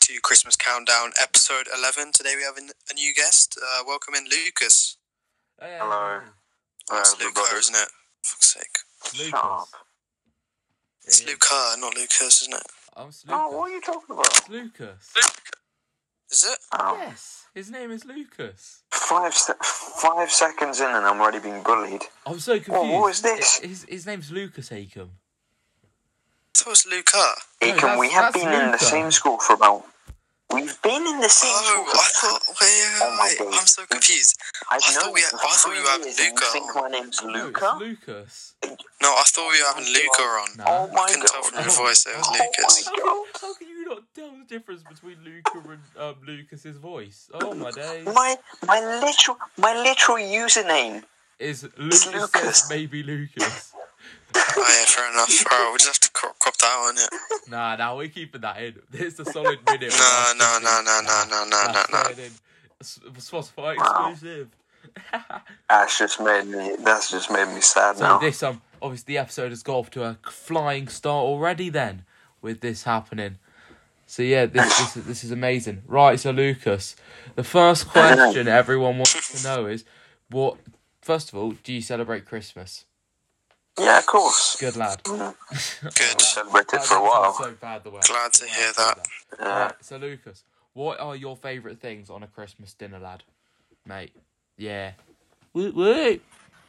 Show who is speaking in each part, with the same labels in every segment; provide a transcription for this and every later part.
Speaker 1: to Christmas Countdown, episode 11. Today we have an, a new guest. Uh, welcome in Lucas.
Speaker 2: Hello.
Speaker 1: That's
Speaker 2: Hello,
Speaker 1: Luca,
Speaker 2: everybody.
Speaker 1: isn't it? Fuck's sake.
Speaker 3: Lucas.
Speaker 2: Shut up.
Speaker 1: It's
Speaker 3: It is.
Speaker 1: Luca, not Lucas, isn't it?
Speaker 3: Oh, it's Lucas.
Speaker 2: No, what are you talking about?
Speaker 3: It's Lucas.
Speaker 1: Is it?
Speaker 2: Oh,
Speaker 3: Yes, his name is Lucas.
Speaker 2: five, se- five seconds in and I'm already being bullied.
Speaker 3: I'm so confused.
Speaker 2: what is this?
Speaker 3: I- His, his name's Lucas Acom.
Speaker 1: I thought it was Luca.
Speaker 3: No,
Speaker 2: Aiken,
Speaker 3: that's-
Speaker 2: we have
Speaker 3: that's
Speaker 2: been in the
Speaker 3: Luca.
Speaker 2: same school for about. We've been in the same
Speaker 1: Oh,
Speaker 2: school.
Speaker 1: I
Speaker 2: For,
Speaker 1: thought.
Speaker 2: Oh my
Speaker 1: Wait, wait, wait.
Speaker 2: days.
Speaker 1: I'm so confused.
Speaker 2: I've
Speaker 1: I thought
Speaker 2: known
Speaker 1: we-
Speaker 2: you
Speaker 1: I
Speaker 2: for
Speaker 1: thought
Speaker 2: three
Speaker 1: you had
Speaker 2: years and you
Speaker 1: Luca
Speaker 2: think
Speaker 1: on.
Speaker 2: my name's
Speaker 3: No,
Speaker 2: Luca?
Speaker 3: it's Lucas.
Speaker 1: No, I thought we were having Luca on.
Speaker 3: No.
Speaker 2: Oh my
Speaker 1: I couldn't tell
Speaker 2: god.
Speaker 1: from your voice that it was
Speaker 2: Oh
Speaker 1: Lucas.
Speaker 2: my-
Speaker 3: How can, you, how can you not tell the difference between Luca and um, Lucas's voice? Oh my days.
Speaker 2: My my literal my literal username.
Speaker 3: Is Lucas,
Speaker 2: Lucas.
Speaker 3: says maybe Lucas.
Speaker 1: Oh, yeah, fair enough. Alright, we'll just have to crop, crop that out, innit?
Speaker 3: Nah, nah, we're keeping that in. This is a solid minute.
Speaker 1: No, no, no, no, no, no, no, no,
Speaker 3: That's
Speaker 1: no.
Speaker 3: staying in. S- Spotify
Speaker 2: Wow.
Speaker 3: exclusive.
Speaker 2: That's just made me. That's just made me sad
Speaker 3: So
Speaker 2: now.
Speaker 3: this um obviously the episode has got off to a flying start already then with this happening. So yeah, this this is, this is amazing. Right, so Lucas, the first question everyone wants to know is what first of all, do you celebrate Christmas?
Speaker 2: Yeah, of course.
Speaker 3: Good lad.
Speaker 1: Good.
Speaker 2: Celebrated
Speaker 3: That
Speaker 2: for a
Speaker 3: doesn't sound
Speaker 2: while.
Speaker 3: So bad the way.
Speaker 1: Glad to hear that.
Speaker 2: Yeah.
Speaker 3: Right, so Lucas, what are your favourite things on a Christmas dinner, lad? Mate. Yeah. Woot woot.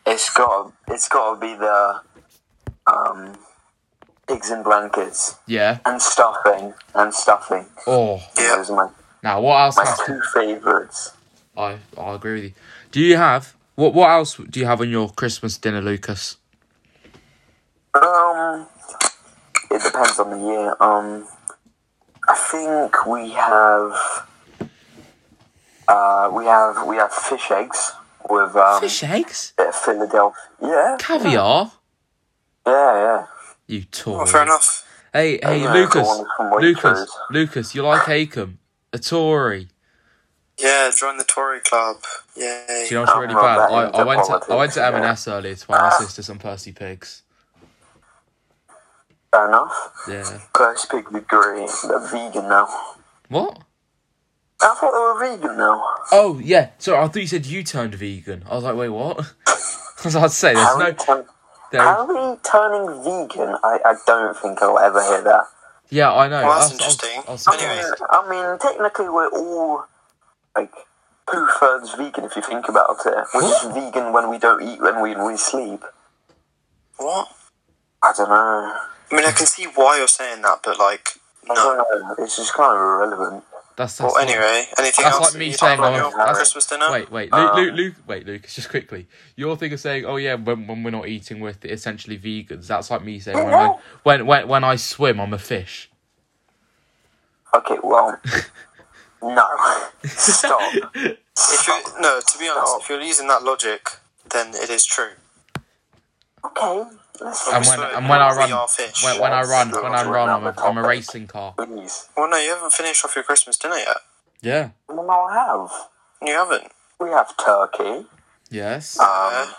Speaker 2: It's got. It's got to be the um, pigs and blankets
Speaker 3: Yeah.
Speaker 2: and stuffing and stuffing.
Speaker 3: Oh.
Speaker 1: Yeah.
Speaker 2: Those are my
Speaker 3: Now what else
Speaker 2: my
Speaker 3: has to
Speaker 2: two favourites.
Speaker 3: I I agree with you. Do you have what what else do you have on your Christmas dinner, Lucas?
Speaker 2: Um, it depends on the year. Um, I think we have. Uh, we have we have fish eggs with um,
Speaker 3: Fish eggs,
Speaker 2: bit of Philadelphia. Yeah,
Speaker 3: caviar.
Speaker 2: yeah, yeah.
Speaker 3: You
Speaker 1: Oh,
Speaker 3: toy.
Speaker 1: fair enough.
Speaker 3: Hey hey
Speaker 2: Yeah,
Speaker 3: Lucas,
Speaker 2: the one from Waitrose.
Speaker 3: Lucas, Lucas. You like Acom? A Tory.
Speaker 1: Yeah, join the Tory club. Yay.
Speaker 3: Do you know what's
Speaker 2: I'm
Speaker 3: really
Speaker 2: not
Speaker 3: bad?
Speaker 2: that
Speaker 3: I, I
Speaker 2: into
Speaker 3: went to I
Speaker 2: politics,
Speaker 3: went to
Speaker 2: yeah.
Speaker 3: M&S earlier to buy my sister some Percy Pigs.
Speaker 2: Fair enough.
Speaker 3: Yeah.
Speaker 2: Percy Pig would be great. They're vegan now.
Speaker 3: What?
Speaker 2: I thought they were vegan now.
Speaker 3: Oh yeah. Sorry, I thought you said you turned vegan. I was like, wait, what? I was about to say there's
Speaker 2: How are,
Speaker 3: no.
Speaker 2: you turn-
Speaker 3: There,
Speaker 2: how are you turning vegan? I, I don't think I'll ever hear that.
Speaker 3: yeah, I know.
Speaker 1: Well, that's
Speaker 3: I was- I was-
Speaker 1: interesting.
Speaker 3: I was
Speaker 2: I
Speaker 3: surprised.
Speaker 2: mean, I mean, technically we're all like two thirds vegan if you think about it. We're just vegan when we don't eat, when we we sleep.
Speaker 1: What?
Speaker 2: I don't know.
Speaker 1: I mean, I can see why you're saying that, but like,
Speaker 2: I
Speaker 1: no.
Speaker 2: don't know. It's just kind of irrelevant.
Speaker 3: That's, that's
Speaker 1: Well,
Speaker 3: not-
Speaker 1: anyway, anything
Speaker 3: That's
Speaker 1: else?
Speaker 3: like me
Speaker 1: you
Speaker 3: saying
Speaker 1: have on
Speaker 3: I'm-
Speaker 1: your
Speaker 2: that's-
Speaker 1: Christmas dinner. Um,
Speaker 3: Wait, wait, Luke,
Speaker 2: Uh,
Speaker 3: Luke, Luke, wait, Lucas, just quickly. Your thing of saying, oh yeah, when, when we're not eating, we're essentially vegans. That's like me saying when I when when when I swim, I'm a fish.
Speaker 2: Okay, well, no, stop.
Speaker 1: If you no, to be honest, if you're using that logic, then it is true.
Speaker 2: Okay, listen,
Speaker 3: And
Speaker 1: we
Speaker 3: when
Speaker 1: swim,
Speaker 3: and when I
Speaker 1: we are
Speaker 3: run,
Speaker 1: fish.
Speaker 3: when, when I run,
Speaker 2: That's
Speaker 3: when I
Speaker 2: not
Speaker 3: run, I'm
Speaker 2: another
Speaker 3: a, I'm a
Speaker 2: topic.
Speaker 3: racing car.
Speaker 2: please.
Speaker 1: Well, no, you haven't finished off your Christmas dinner yet.
Speaker 3: Yeah.
Speaker 2: Well, no, I have.
Speaker 1: You haven't.
Speaker 2: We have turkey,
Speaker 3: Yes.
Speaker 1: Uh,
Speaker 2: um,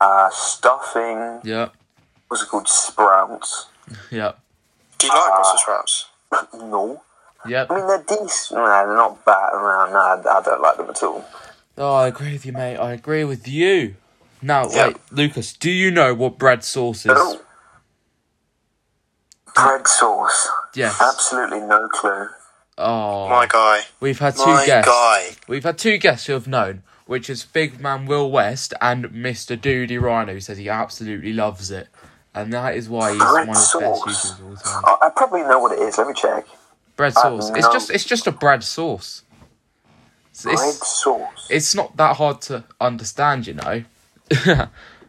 Speaker 2: uh, stuffing.
Speaker 3: Yeah.
Speaker 2: What's it called? Sprouts.
Speaker 3: Yeah.
Speaker 1: do you like Brussels sprouts?
Speaker 2: No. I
Speaker 3: Yep.
Speaker 2: mean, they're decent. Nah, they're not bad. Nah, nah, I don't like them at all.
Speaker 3: Oh, I agree with you, mate. I agree with you. Now,
Speaker 1: Yeah.
Speaker 3: wait, Lucas, do you know what bread sauce is?
Speaker 2: Oh. Bread sauce.
Speaker 3: Yes.
Speaker 2: Absolutely no clue. uh,
Speaker 3: Oh,
Speaker 1: My guy.
Speaker 3: we've had two
Speaker 1: My
Speaker 3: guests.
Speaker 1: guy.
Speaker 3: We've had two guests who have known, which is Big Man Will West and Mr. Doody Rhino, who says he absolutely loves it. And that is why he's
Speaker 2: Bread
Speaker 3: one of the best
Speaker 2: sauce.
Speaker 3: YouTubers of all time.
Speaker 2: I, I probably know what it is. Let me check.
Speaker 3: Bread sauce. It's
Speaker 2: no.
Speaker 3: just it's just a bread sauce. It's,
Speaker 2: Bread
Speaker 3: it's,
Speaker 2: sauce.
Speaker 3: it's not that hard to understand, you know.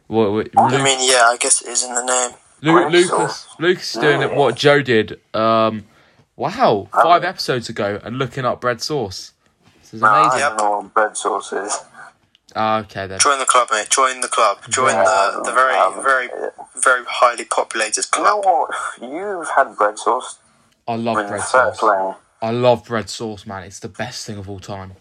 Speaker 3: Well, wait,
Speaker 1: I
Speaker 3: Lu-
Speaker 1: mean, yeah, I guess it is in the name.
Speaker 3: Lu-
Speaker 2: bread
Speaker 3: Lucas, Lucas is doing it what Joe did. Um, wow, five
Speaker 2: Oh.
Speaker 3: episodes ago, and looking up bread sauce. This is
Speaker 2: Nah, I
Speaker 3: amazing.
Speaker 2: don't know what bread sauce is.
Speaker 3: Ah, okay then.
Speaker 1: Join the club, mate. Join the club. Join the, the very,
Speaker 2: Um,
Speaker 1: very, very highly populated
Speaker 2: You know
Speaker 1: club.
Speaker 2: what? You've had bread sauce
Speaker 3: I love
Speaker 2: in
Speaker 3: bread
Speaker 2: the third
Speaker 3: sauce.
Speaker 2: plane.
Speaker 3: I love bread sauce, man. It's the best thing of all time.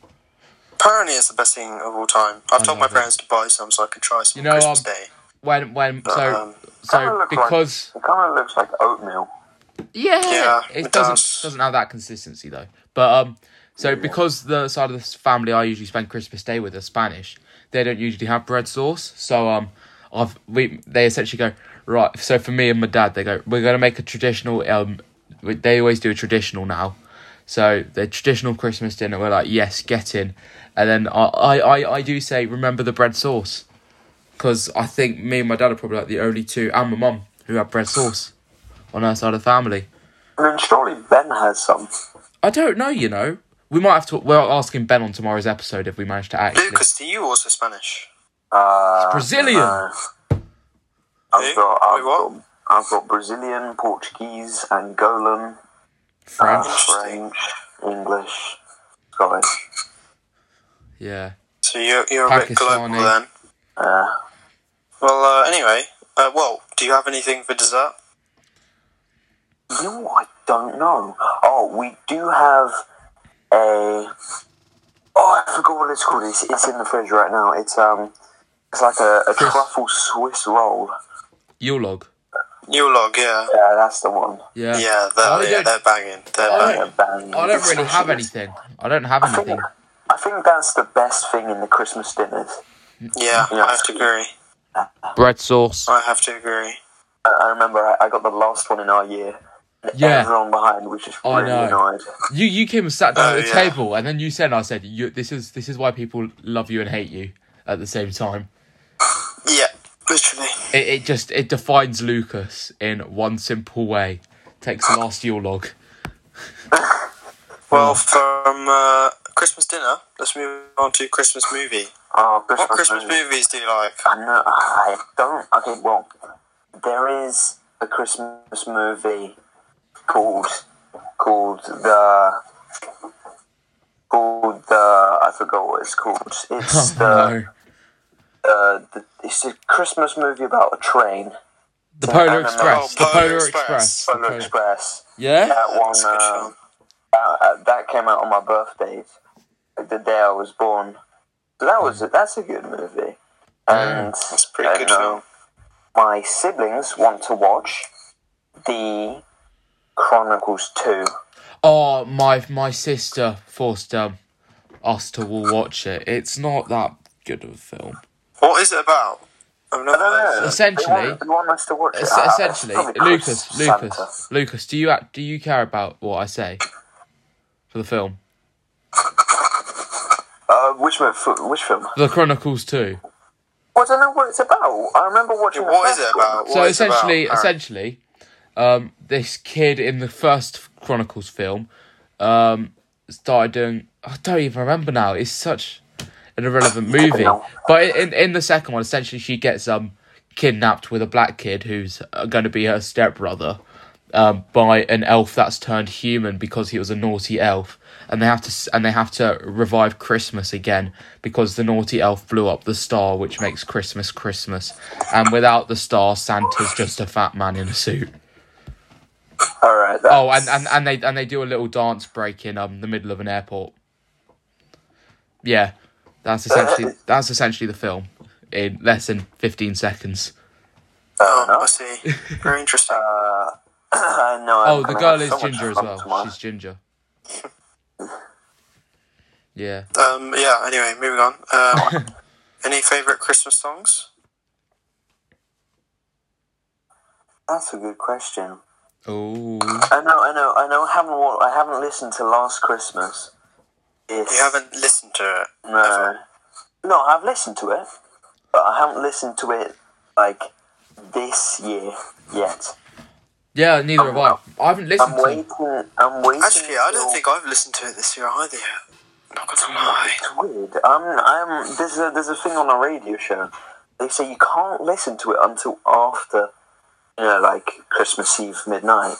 Speaker 1: Apparently, it's the best thing of all time. I've
Speaker 3: I
Speaker 1: told my
Speaker 3: love it.
Speaker 1: parents to buy some so I can try some
Speaker 3: You know,
Speaker 1: on Christmas
Speaker 3: um,
Speaker 1: Day.
Speaker 3: When when so
Speaker 2: Um, Kinda
Speaker 3: so
Speaker 2: look
Speaker 3: because
Speaker 2: like, it kind of looks like oatmeal.
Speaker 3: Yeah.
Speaker 1: Yeah,
Speaker 3: It,
Speaker 1: it
Speaker 3: doesn't
Speaker 1: does.
Speaker 3: doesn't have that consistency though. But um, so because the side of the s- family I usually spend Christmas Day with are Spanish, they don't usually have bread sauce. So um, I've we they essentially go right. So for me and my dad, they go we're gonna make a traditional um. we- They always do a traditional now. So the traditional Christmas dinner, we're like, yes, get in, and then I I I, I do say remember the bread sauce, because I think me and my dad are probably like the only two, and my mum who have bread sauce on our side of the family.
Speaker 2: I mean, surely Ben has some.
Speaker 3: I don't know, you know. We might have to. We're asking Ben on tomorrow's episode if we manage to actually.
Speaker 1: Lucas, do you also Spanish?
Speaker 2: Uh,
Speaker 3: Brazilian.
Speaker 2: no.
Speaker 1: Who?
Speaker 2: I've, got,
Speaker 1: Wait,
Speaker 2: I've,
Speaker 1: what?
Speaker 2: got, I've got Brazilian, Portuguese, Angolan, uh,
Speaker 3: French.
Speaker 2: French, English, Scottish.
Speaker 3: Yeah.
Speaker 1: So you're, you're a bit global
Speaker 3: Pakistani.
Speaker 1: then.
Speaker 2: Uh,
Speaker 1: Well, uh, anyway, uh, well, do you have anything for dessert?
Speaker 2: you know what? I don't know. Oh, we do have a. Oh, I forgot what it's called. It's, it's in the fridge right now. It's um, it's like a, a truffle Swiss roll.
Speaker 3: Yule log.
Speaker 1: Yule log, yeah.
Speaker 2: Yeah, that's the one.
Speaker 3: Yeah.
Speaker 1: Yeah, they're,
Speaker 3: I
Speaker 1: yeah,
Speaker 3: don't-
Speaker 1: they're banging. They're
Speaker 3: I
Speaker 1: banging.
Speaker 2: Yeah, bang.
Speaker 3: I don't
Speaker 2: It's
Speaker 3: really have
Speaker 2: delicious.
Speaker 3: anything. I don't have
Speaker 2: I
Speaker 3: anything.
Speaker 2: think, I think that's the best thing in the Christmas dinners.
Speaker 1: Yeah,
Speaker 2: Yeah.
Speaker 1: I have to agree.
Speaker 3: Bread sauce.
Speaker 1: I have to agree.
Speaker 2: I, I remember I, I got the last one in our year. and
Speaker 3: Yeah.
Speaker 2: Everyone behind was just
Speaker 3: I
Speaker 2: really
Speaker 3: know.
Speaker 2: annoyed.
Speaker 3: You you came and sat down
Speaker 1: Oh,
Speaker 3: at the
Speaker 1: yeah.
Speaker 3: table, and then you said, and "I said you, this is this is why people love you and hate you at the same time."
Speaker 1: Yeah, literally.
Speaker 3: It it just it defines Lucas in one simple way. Takes the last Yule log.
Speaker 1: Well,
Speaker 3: Hmm.
Speaker 1: from uh, Christmas dinner, let's move on to Christmas movie.
Speaker 2: Oh, Christmas,
Speaker 1: What Christmas
Speaker 2: movies.
Speaker 1: movies do you like?
Speaker 2: I know. I don't. Okay, well, there is a Christmas movie called called the called the I forgot what it's called. It's
Speaker 3: Oh
Speaker 2: the,
Speaker 3: no.
Speaker 2: uh, the it's a Christmas movie about a train.
Speaker 3: The Polar
Speaker 2: Oh,
Speaker 3: Express. The
Speaker 1: Polar
Speaker 3: Polar
Speaker 1: Express.
Speaker 3: Express. The
Speaker 2: Polar
Speaker 3: Polar-
Speaker 2: Express.
Speaker 3: Yeah.
Speaker 2: That one.
Speaker 1: That's a good
Speaker 2: Uh,
Speaker 1: show.
Speaker 2: that, that came out on my birthday, the day I was born. So that was that's a good movie. And
Speaker 1: That's a pretty
Speaker 2: I
Speaker 1: good
Speaker 2: know,
Speaker 1: film.
Speaker 2: my siblings want to watch the Chronicles 2.
Speaker 3: Oh, my my sister forced um, us to all watch it. It's not that good of a film.
Speaker 1: What is it about? I've never heard of it.
Speaker 3: Essentially-
Speaker 2: They want, they want us to watch it.
Speaker 3: Es-
Speaker 1: Ah,
Speaker 2: Uh,
Speaker 3: essentially,
Speaker 2: it's probably
Speaker 3: Lucas,
Speaker 2: Christmas
Speaker 3: Lucas,
Speaker 2: Santa.
Speaker 3: Lucas. Do you act, do you care about what I say for the film,
Speaker 2: Uh, which, mo- f- which film?
Speaker 3: The Chronicles Two?
Speaker 2: Well, I don't know what it's about. I remember watching the
Speaker 1: What is
Speaker 2: first
Speaker 1: it
Speaker 2: one.
Speaker 1: about? What
Speaker 3: so
Speaker 1: is it about?
Speaker 3: essentially,
Speaker 1: Aaron?
Speaker 3: essentially, um, this kid in the first Chronicles film um, started doing. I don't even remember now. It's such an irrelevant movie.
Speaker 2: know.
Speaker 3: But in in the second one, essentially, she gets um kidnapped with a black kid who's going to be her stepbrother um, by an elf that's turned human because he was a naughty elf, and they have to s- and they have to revive Christmas again because the naughty elf blew up the star, which makes Christmas Christmas, and without the star, Santa's just a fat man in a suit.
Speaker 2: All right. That's,
Speaker 3: Oh, and, and, and they and they do a little dance break in um the middle of an airport. Yeah, that's essentially that's essentially the film in less than fifteen seconds.
Speaker 1: Oh, I see. Very interesting.
Speaker 2: I know,
Speaker 3: Oh,
Speaker 2: I'm
Speaker 3: the
Speaker 2: gonna
Speaker 3: girl
Speaker 2: have
Speaker 3: is
Speaker 2: so much
Speaker 3: ginger as
Speaker 2: fun
Speaker 3: well.
Speaker 2: tomorrow.
Speaker 3: She's ginger. Yeah.
Speaker 1: Um, yeah, anyway, moving on. Um, any favourite Christmas songs?
Speaker 2: That's a good question.
Speaker 3: Oh.
Speaker 2: I know, I know, I know. I haven't, wa- I haven't listened to Last Christmas. It's,
Speaker 1: You haven't listened to it.
Speaker 2: No, no, I've listened to it, but I haven't listened to it like this year yet.
Speaker 3: Yeah, neither have I. I haven't listened
Speaker 2: I'm
Speaker 3: to.
Speaker 2: waiting. I'm waiting.
Speaker 1: Actually, I don't
Speaker 2: till-
Speaker 1: think I've listened to it this year either. yet. Not gonna lie.
Speaker 2: It's weird. I'm. I'm. There's a there's a thing on a radio show. They say you can't listen to it until after, you know, like Christmas Eve midnight.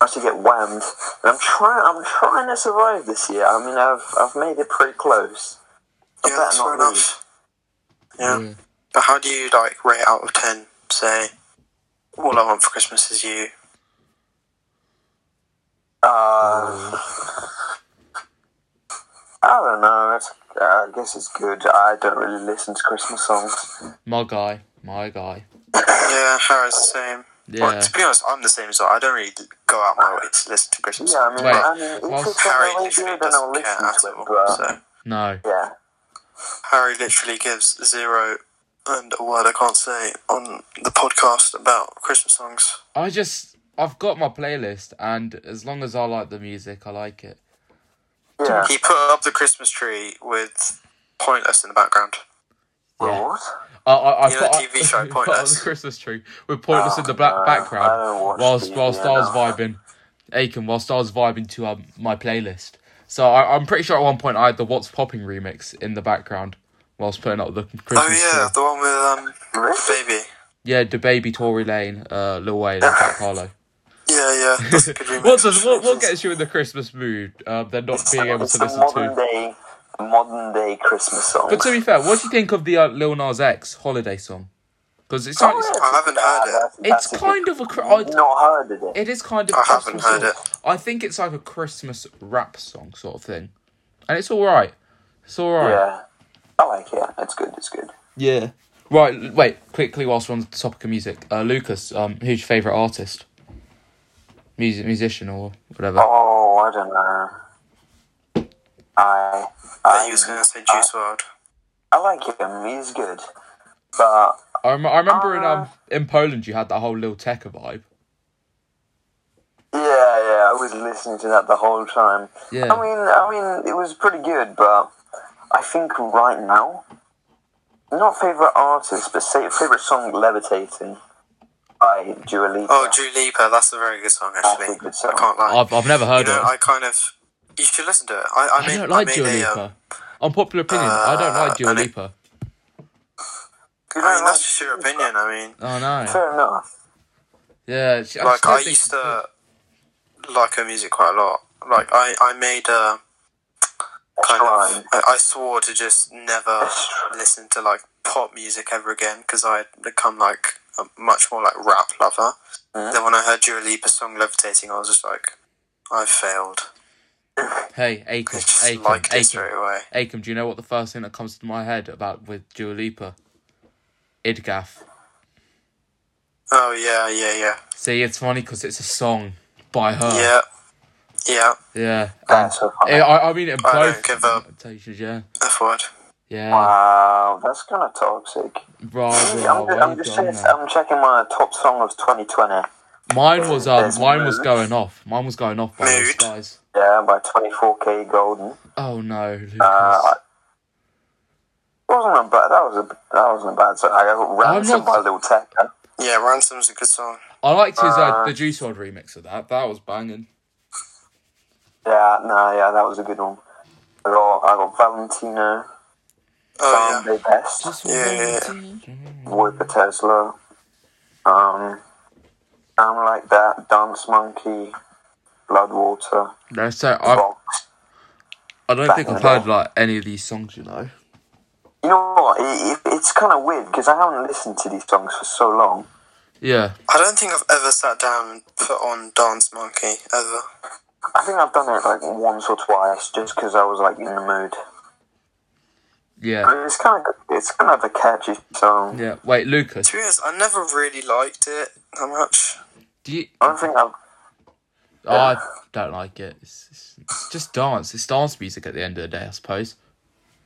Speaker 2: I actually get whammed. And I'm trying. I'm trying to survive this year. I mean, I've I've made it pretty close. I
Speaker 1: Yeah,
Speaker 2: better
Speaker 1: that's
Speaker 2: not
Speaker 1: fair
Speaker 2: lose.
Speaker 1: enough. Yeah. But how do you like rate out of ten? Say, all I want for Christmas is you.
Speaker 2: Uh, I don't know. It's, I guess it's good. I don't really listen to Christmas songs.
Speaker 3: My guy. My guy.
Speaker 1: Yeah, Harry's the same.
Speaker 3: Yeah.
Speaker 1: Well, to be honest, I'm the same as well. I don't really go out my way to listen to Christmas.
Speaker 2: Yeah, I mean,
Speaker 3: Wait,
Speaker 2: I mean, if
Speaker 3: whilst-
Speaker 2: it's on
Speaker 1: Harry
Speaker 2: the radio,
Speaker 1: literally
Speaker 2: then
Speaker 1: doesn't
Speaker 2: I'll listen
Speaker 1: care
Speaker 2: to
Speaker 1: at
Speaker 2: it.
Speaker 1: all.
Speaker 2: But
Speaker 1: So
Speaker 3: No.
Speaker 2: yeah,
Speaker 1: Harry literally gives zero and a word I can't say on the podcast about Christmas songs.
Speaker 3: I just I've got my playlist, and as long as I like the music, I like it.
Speaker 2: yeah.
Speaker 1: He put up the Christmas tree with pointless in the background.
Speaker 3: Yeah.
Speaker 2: What?
Speaker 3: I, I, I
Speaker 1: You know
Speaker 3: put,
Speaker 1: the TV show,
Speaker 3: I, put on the
Speaker 1: Pointless?
Speaker 3: Christmas tree with pointless in the black
Speaker 2: no, I don't watch
Speaker 3: background whilst
Speaker 2: TV,
Speaker 3: whilst I
Speaker 2: no.
Speaker 3: was vibing, Aiken whilst I was vibing to um, my playlist. So I, I'm pretty sure at one point I had the What's Popping remix in the background whilst putting up the Christmas
Speaker 1: Oh yeah,
Speaker 3: tree.
Speaker 1: the one with um
Speaker 2: Really?
Speaker 1: baby.
Speaker 3: Yeah, the baby Tory Lane, uh, Lil Wayne, and Jack Harlow.
Speaker 1: Yeah, yeah. That's a good remix.
Speaker 3: What does what, what gets you in the Christmas mood? Uh, than not being able
Speaker 2: It's
Speaker 3: to
Speaker 2: a
Speaker 3: listen to.
Speaker 2: modern day, modern day Christmas song.
Speaker 3: But to be fair, what do you think of the uh, Lil Nas X holiday song? Because it's,
Speaker 2: Oh,
Speaker 3: not- it's,
Speaker 1: I haven't heard it.
Speaker 3: it's kind of a cr- I,
Speaker 2: I've not heard of it.
Speaker 3: it is kind of
Speaker 1: I haven't
Speaker 3: Christmas
Speaker 1: heard
Speaker 3: song.
Speaker 1: it.
Speaker 3: I think it's like a Christmas rap song sort of thing, and it's all right. It's all right.
Speaker 2: Yeah, I like it. It's good. It's good.
Speaker 3: Yeah. Right. l- Wait. Quickly, whilst we're on the topic of music, uh, Lucas, um, who's your favorite artist? Music, musician, or whatever.
Speaker 2: Oh, I don't know. I
Speaker 1: I
Speaker 2: I,
Speaker 1: he was going to say Juice World.
Speaker 2: I like him. He's good, but
Speaker 3: I, rem- I remember in
Speaker 1: Uh.
Speaker 3: um in Poland you had that whole Lil Tecca vibe.
Speaker 2: yeah, yeah. I was listening to that the whole time.
Speaker 3: Yeah.
Speaker 2: I mean, I mean, it was pretty good, but I think right now, not favorite artist, but say, favorite song, "Levitating" by Dua Lipa.
Speaker 1: Oh, Drew Leaper. That's a very good song,
Speaker 2: That's
Speaker 1: actually.
Speaker 2: a good song.
Speaker 1: I can't lie.
Speaker 3: I've I've never heard
Speaker 1: you know,
Speaker 3: of. it.
Speaker 1: I kind of. You should listen to it. I, I,
Speaker 3: I
Speaker 1: made,
Speaker 3: don't like
Speaker 1: I
Speaker 3: Dua
Speaker 1: made a. um, uh,
Speaker 3: Lipa. Unpopular opinion. I don't like Dua
Speaker 1: and it-
Speaker 3: Lipa.
Speaker 2: You
Speaker 1: I
Speaker 2: don't
Speaker 1: mean,
Speaker 2: like-
Speaker 1: that's just your opinion. I mean,
Speaker 3: Oh no.
Speaker 2: fair enough.
Speaker 3: Yeah. She, I
Speaker 1: like
Speaker 3: still
Speaker 1: I
Speaker 3: think
Speaker 1: used
Speaker 3: she's good.
Speaker 1: to like her music quite a lot. Like I, I made uh, a kind
Speaker 2: Shrine.
Speaker 1: of. I, I swore to just never listen to like pop music ever again because I had become like a much more like rap lover. Then when I heard Dua Lipa's song "Levitating," I was just like, I failed.
Speaker 3: Hey, Acom,
Speaker 1: I just
Speaker 3: Acom,
Speaker 1: liked it
Speaker 3: Acom,
Speaker 1: straight away.
Speaker 3: Acom. Do you know what the first thing that comes to my head about with Dua Lipa? Idgaf.
Speaker 1: Oh yeah, yeah, yeah,
Speaker 3: See, it's funny because it's a song by her.
Speaker 1: yeah, yeah.
Speaker 3: Yeah. And
Speaker 2: That's so funny.
Speaker 3: eh, I, I mean, in
Speaker 1: I don't
Speaker 3: both
Speaker 1: give up.
Speaker 3: presentations, yeah.
Speaker 1: F word.
Speaker 3: Yeah.
Speaker 2: Wow, that's kind of toxic.
Speaker 3: Bro,
Speaker 2: I'm,
Speaker 3: bro,
Speaker 2: ju-
Speaker 3: why
Speaker 2: I'm
Speaker 3: you
Speaker 2: just um,
Speaker 3: done
Speaker 2: checking-
Speaker 3: that?
Speaker 2: I'm checking my top song of 2020.
Speaker 3: Mine was um,
Speaker 2: There's
Speaker 3: mine was
Speaker 2: Mood.
Speaker 3: going off. Mine was going off by the
Speaker 1: Mood.
Speaker 3: skies.
Speaker 2: Yeah, by 24K Golden.
Speaker 3: Oh no, Lucas.
Speaker 2: Uh, It wasn't a bad. That was a that wasn't a bad song. I got ransom
Speaker 3: not-
Speaker 2: by Lil Tecca.
Speaker 1: Yeah, ransom's a good song.
Speaker 3: I liked his uh, the Juice WRLD remix of that. That was banging.
Speaker 2: Yeah, no, yeah, that was a good one. I got I got Valentino,
Speaker 1: Oh yeah.
Speaker 2: Sunday Best,
Speaker 3: Just
Speaker 1: Yeah, yeah, yeah.
Speaker 2: Voipa Tesla, um, I'm like that, Dance Monkey, Bloodwater,
Speaker 3: No, so I,
Speaker 2: Vox.
Speaker 3: I don't think I've
Speaker 2: Bang.
Speaker 3: heard like any of these songs, you know.
Speaker 2: You know what? It, it, it's kind of weird because I haven't listened to these songs for so long.
Speaker 3: Yeah,
Speaker 1: I don't think I've ever sat down and put on Dance Monkey ever.
Speaker 2: I think I've done it like once or twice just because I was like in the mood.
Speaker 3: yeah,
Speaker 2: But it's kind of it's kind of a catchy song.
Speaker 3: yeah. Wait, Lucas,
Speaker 1: To be honest, I never really liked it that much.
Speaker 3: do you?
Speaker 2: I don't think I've
Speaker 3: Oh, I don't like it. It's, it's, it's just dance. It's dance music at the end of the day, I suppose.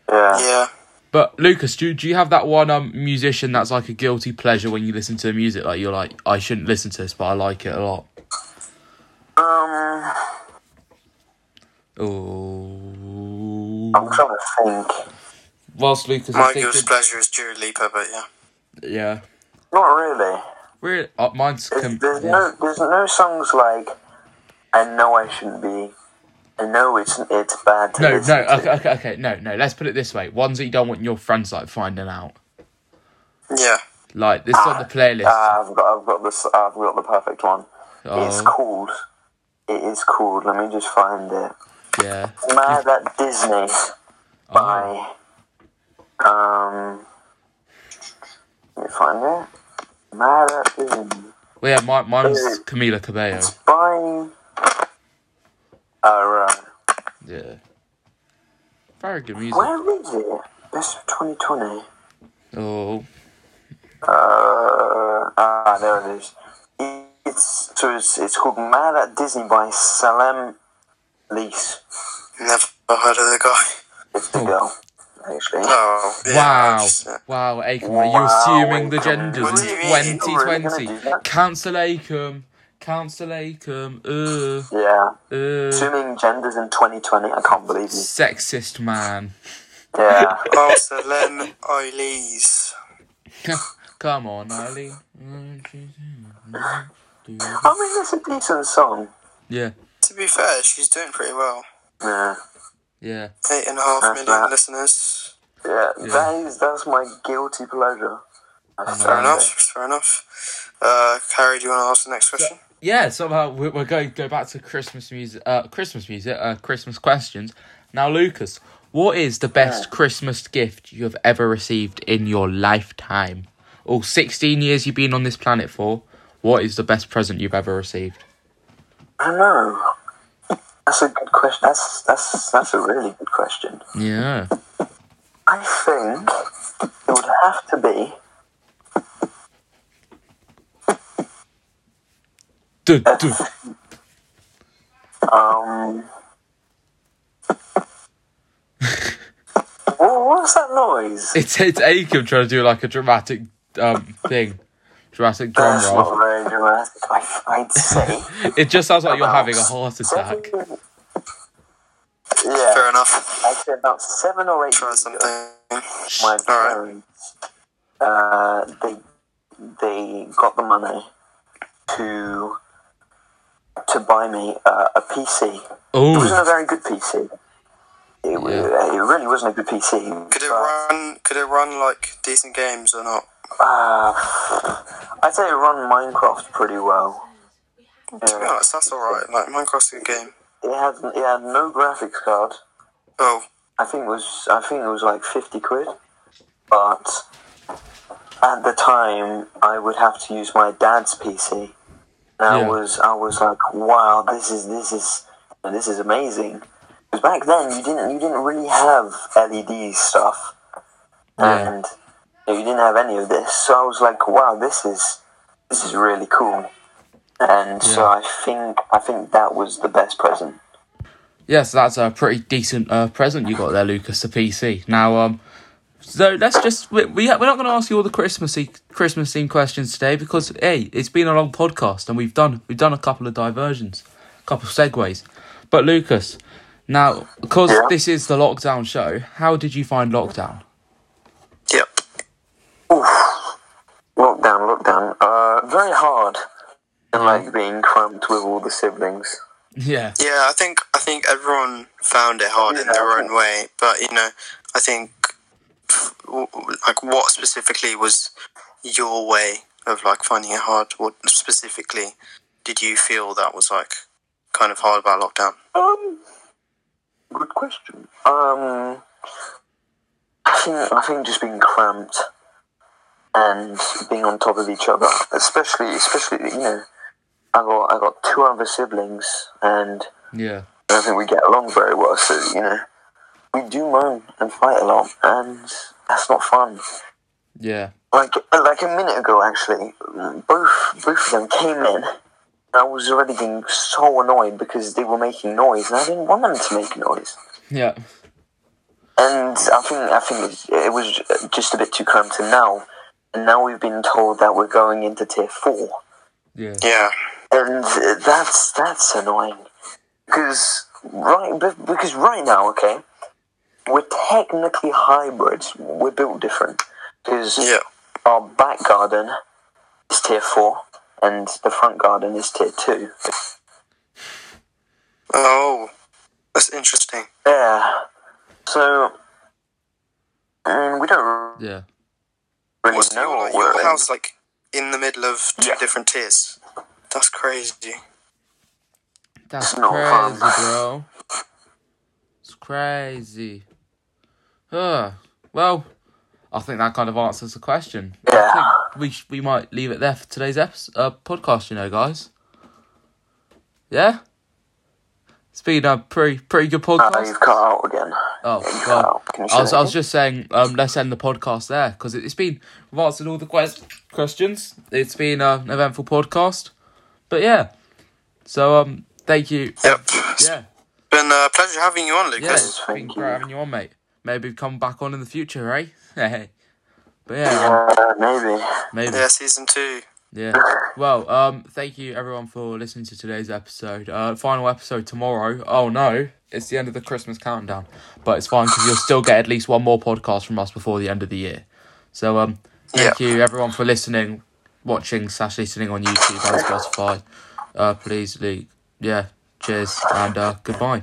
Speaker 2: yeah.
Speaker 1: Yeah.
Speaker 3: But Lucas, do do you have that one um musician that's like a guilty pleasure when you listen to music? Like you're like, I shouldn't listen to this, but I like it a lot.
Speaker 2: Um, I'm
Speaker 3: Oh.
Speaker 2: trying to think.
Speaker 3: Whilst Lucas,
Speaker 1: My
Speaker 3: I
Speaker 1: guilty
Speaker 3: think
Speaker 1: pleasure is Dua Lipa, but yeah.
Speaker 3: yeah,
Speaker 2: Not really.
Speaker 3: we're uh, mine's
Speaker 2: There's,
Speaker 3: com-
Speaker 2: there's
Speaker 3: yeah.
Speaker 2: no there's no songs like I know I shouldn't be. I know it's it's bad. To
Speaker 3: No,
Speaker 2: listen
Speaker 3: no, uh,
Speaker 2: to.
Speaker 3: okay, okay, okay, no, no. Let's put it this way: ones that you don't want your friends like finding out.
Speaker 1: Yeah.
Speaker 3: Like this on the playlist.
Speaker 2: Ah, I've got I've got this I've got the perfect one. It's
Speaker 3: oh,
Speaker 2: called. It is called. Let me just find it.
Speaker 3: yeah.
Speaker 2: Mad at Disney
Speaker 3: Oh,
Speaker 2: by. Um. Let me find it. Mad at Disney.
Speaker 3: well, yeah. My, mine's Camila Cabello.
Speaker 2: It's by. Uh,
Speaker 3: Yeah. Very good music.
Speaker 2: where is it? Best of 2020.
Speaker 3: Oh,
Speaker 2: Uh, ah, there it is. It- It's It's so it's it's called Mad at Disney by Salem Lease.
Speaker 1: Never heard of the guy.
Speaker 2: It's the
Speaker 3: Oh.
Speaker 2: girl, actually.
Speaker 1: Oh, yeah,
Speaker 3: Wow.
Speaker 1: that's, uh,
Speaker 3: Wow, Akam, are you
Speaker 2: Wow,
Speaker 3: assuming the
Speaker 2: Akam.
Speaker 3: genders
Speaker 1: What do you
Speaker 3: in
Speaker 1: mean?
Speaker 2: You're really gonna
Speaker 3: 2020?
Speaker 2: do that?
Speaker 3: Cancel Akam. Cancel Akam.
Speaker 2: Yeah,
Speaker 3: Uh, uh.
Speaker 2: assuming genders in 2020, I can't believe you.
Speaker 3: Sexist man.
Speaker 2: Yeah,
Speaker 1: Oh, so Len Eilees.
Speaker 3: Come on, Eileen.
Speaker 2: I mean it's a decent song.
Speaker 3: Yeah,
Speaker 1: To be fair, she's doing pretty well.
Speaker 2: Yeah,
Speaker 3: yeah.
Speaker 1: Eight and a half
Speaker 2: That's
Speaker 1: million
Speaker 2: that.
Speaker 1: listeners.
Speaker 2: yeah,
Speaker 3: Yeah.
Speaker 2: that is that's my guilty pleasure. I
Speaker 3: Fair
Speaker 1: Fair
Speaker 2: found
Speaker 1: enough.
Speaker 2: it.
Speaker 1: Fair enough. Uh, Harry, do you want to ask the next question?
Speaker 3: Yeah, somehow we- we're going to go back to Christmas music, uh, Christmas music, uh, Christmas questions. Now, Lucas, what is the best Christmas gift you have ever received in your lifetime? All 16 years you've been on this planet for, what is the best present you've ever received?
Speaker 2: I know. That's a good question. That's that's that's a really good question.
Speaker 3: Yeah.
Speaker 2: I think it would have to be
Speaker 3: Duh, duh.
Speaker 2: um. Wha- What's that noise?
Speaker 3: It's, it's Akam trying to do like a dramatic um, thing, dramatic drum
Speaker 2: That's
Speaker 3: roll.
Speaker 2: not very dramatic. I, I'd say.
Speaker 3: It just sounds like you're having a
Speaker 2: About
Speaker 3: heart
Speaker 2: seven-
Speaker 3: attack.
Speaker 2: Yeah,
Speaker 1: Fair enough.
Speaker 2: I'd say about seven or eight.
Speaker 1: Try
Speaker 2: years ago,
Speaker 1: something.
Speaker 2: My
Speaker 1: Alright.
Speaker 2: parents, uh, they they got the money to to buy me uh, a PC. It wasn't
Speaker 3: Oh,
Speaker 1: Hmm.
Speaker 2: a very good PC. It, wa-
Speaker 3: Yeah.
Speaker 2: it really wasn't a good PC.
Speaker 1: Could it
Speaker 2: but,
Speaker 1: run? Could it run like decent games or not?
Speaker 2: uh, I'd say it run Minecraft pretty well.
Speaker 1: To be
Speaker 2: Yeah.
Speaker 1: honest, that's alright. Like Minecraft's a good game.
Speaker 2: It had it had no graphics card.
Speaker 1: Oh,
Speaker 2: I think it was I think it was like fifty quid, but at the time I would have to use my dad's PC. And I
Speaker 3: Yeah.
Speaker 2: was I was like, wow, this is this is this is amazing. Because back then you didn't you didn't really have LED stuff,
Speaker 3: Yeah.
Speaker 2: and you, know, you didn't have any of this. So I was like, wow, this is this is really cool. And so
Speaker 3: Yeah.
Speaker 2: I think I think that was the best present.
Speaker 3: yes, that's a pretty decent uh, present you got there, Lucas. The PC. Now, um, so let's just we we- we're not going to ask you all the Christmassy Christmas theme questions today because hey, it's been a long podcast and we've done we've done a couple of diversions, a couple of segues. But Lucas, now because
Speaker 2: Yeah.
Speaker 3: this is the lockdown show, how did you find lockdown?
Speaker 1: yep.
Speaker 2: Lockdown, lockdown. Uh, very hard. And like being cramped with all the siblings.
Speaker 3: Yeah.
Speaker 1: Yeah, I think I think everyone found it hard in
Speaker 2: Yeah,
Speaker 1: their
Speaker 2: I
Speaker 1: own way, but you know, I think w- w- like what specifically was your way of like finding it hard? What specifically did you feel that was like kind of hard about lockdown?
Speaker 2: Um, good question. Um, I think I think just being cramped and being on top of each other, especially especially you know, I got I got two other siblings and
Speaker 3: Yeah.
Speaker 2: I don't think we get along very well. So you know, we do moan and fight a lot, and that's not fun.
Speaker 3: Yeah.
Speaker 2: like like a minute ago actually both both of them came in and i was already getting so annoyed because they were making noise and i didn't want them to make noise
Speaker 3: Yeah.
Speaker 2: and i think i think it, it was just a bit too cramped and now and now we've been told that we're going into tier four
Speaker 3: Yeah.
Speaker 1: Yeah,
Speaker 2: and that's that's annoying because right be- because right now okay we're technically hybrids we're built different because
Speaker 1: yeah,
Speaker 2: our back garden is tier four, and the front garden is tier two.
Speaker 1: Oh, that's interesting.
Speaker 2: Yeah. So, mm, we don't
Speaker 3: Yeah.
Speaker 2: really
Speaker 1: What's
Speaker 2: know
Speaker 1: your,
Speaker 2: what
Speaker 1: your
Speaker 2: we're in.
Speaker 1: house like in the middle of two
Speaker 2: Yeah.
Speaker 1: different tiers? That's crazy.
Speaker 3: That's
Speaker 2: It's not
Speaker 3: crazy,
Speaker 2: fun.
Speaker 3: bro. It's crazy. Ugh. Well, I think that kind of answers the question.
Speaker 2: Yeah.
Speaker 3: I think we sh- we might leave it there for today's episode, uh, podcast. You know, guys. Yeah. It's been a pretty pretty good
Speaker 2: Oh,
Speaker 3: podcast.
Speaker 2: you've cut out again.
Speaker 3: Oh
Speaker 2: Yeah, you cut
Speaker 3: well,
Speaker 2: out. Can you say
Speaker 3: I was
Speaker 2: that
Speaker 3: I was
Speaker 2: again?
Speaker 3: just saying um, let's end the podcast there because it, it's been we've answered all the quest- questions. It's been uh, an eventful podcast, But yeah, so um, thank you.
Speaker 1: Yep.
Speaker 3: Yeah,
Speaker 1: Been a pleasure having you on,
Speaker 3: yeah,
Speaker 1: Lucas.
Speaker 3: it's been
Speaker 2: Thank
Speaker 3: great
Speaker 2: you.
Speaker 3: having you on, mate. Maybe come back on in the future, right? but yeah, um,
Speaker 2: Uh, maybe.
Speaker 3: maybe.
Speaker 1: Yeah, season two.
Speaker 3: Yeah. Well, um, thank you everyone for listening to today's episode. Uh, final episode tomorrow. Oh no, it's the end of the Christmas countdown, but it's fine because you'll still get at least one more podcast from us before the end of the year. So um, thank you everyone for listening, watching slash listening on YouTube and Spotify. Uh, please, Luke. Yeah. Cheers and uh, goodbye.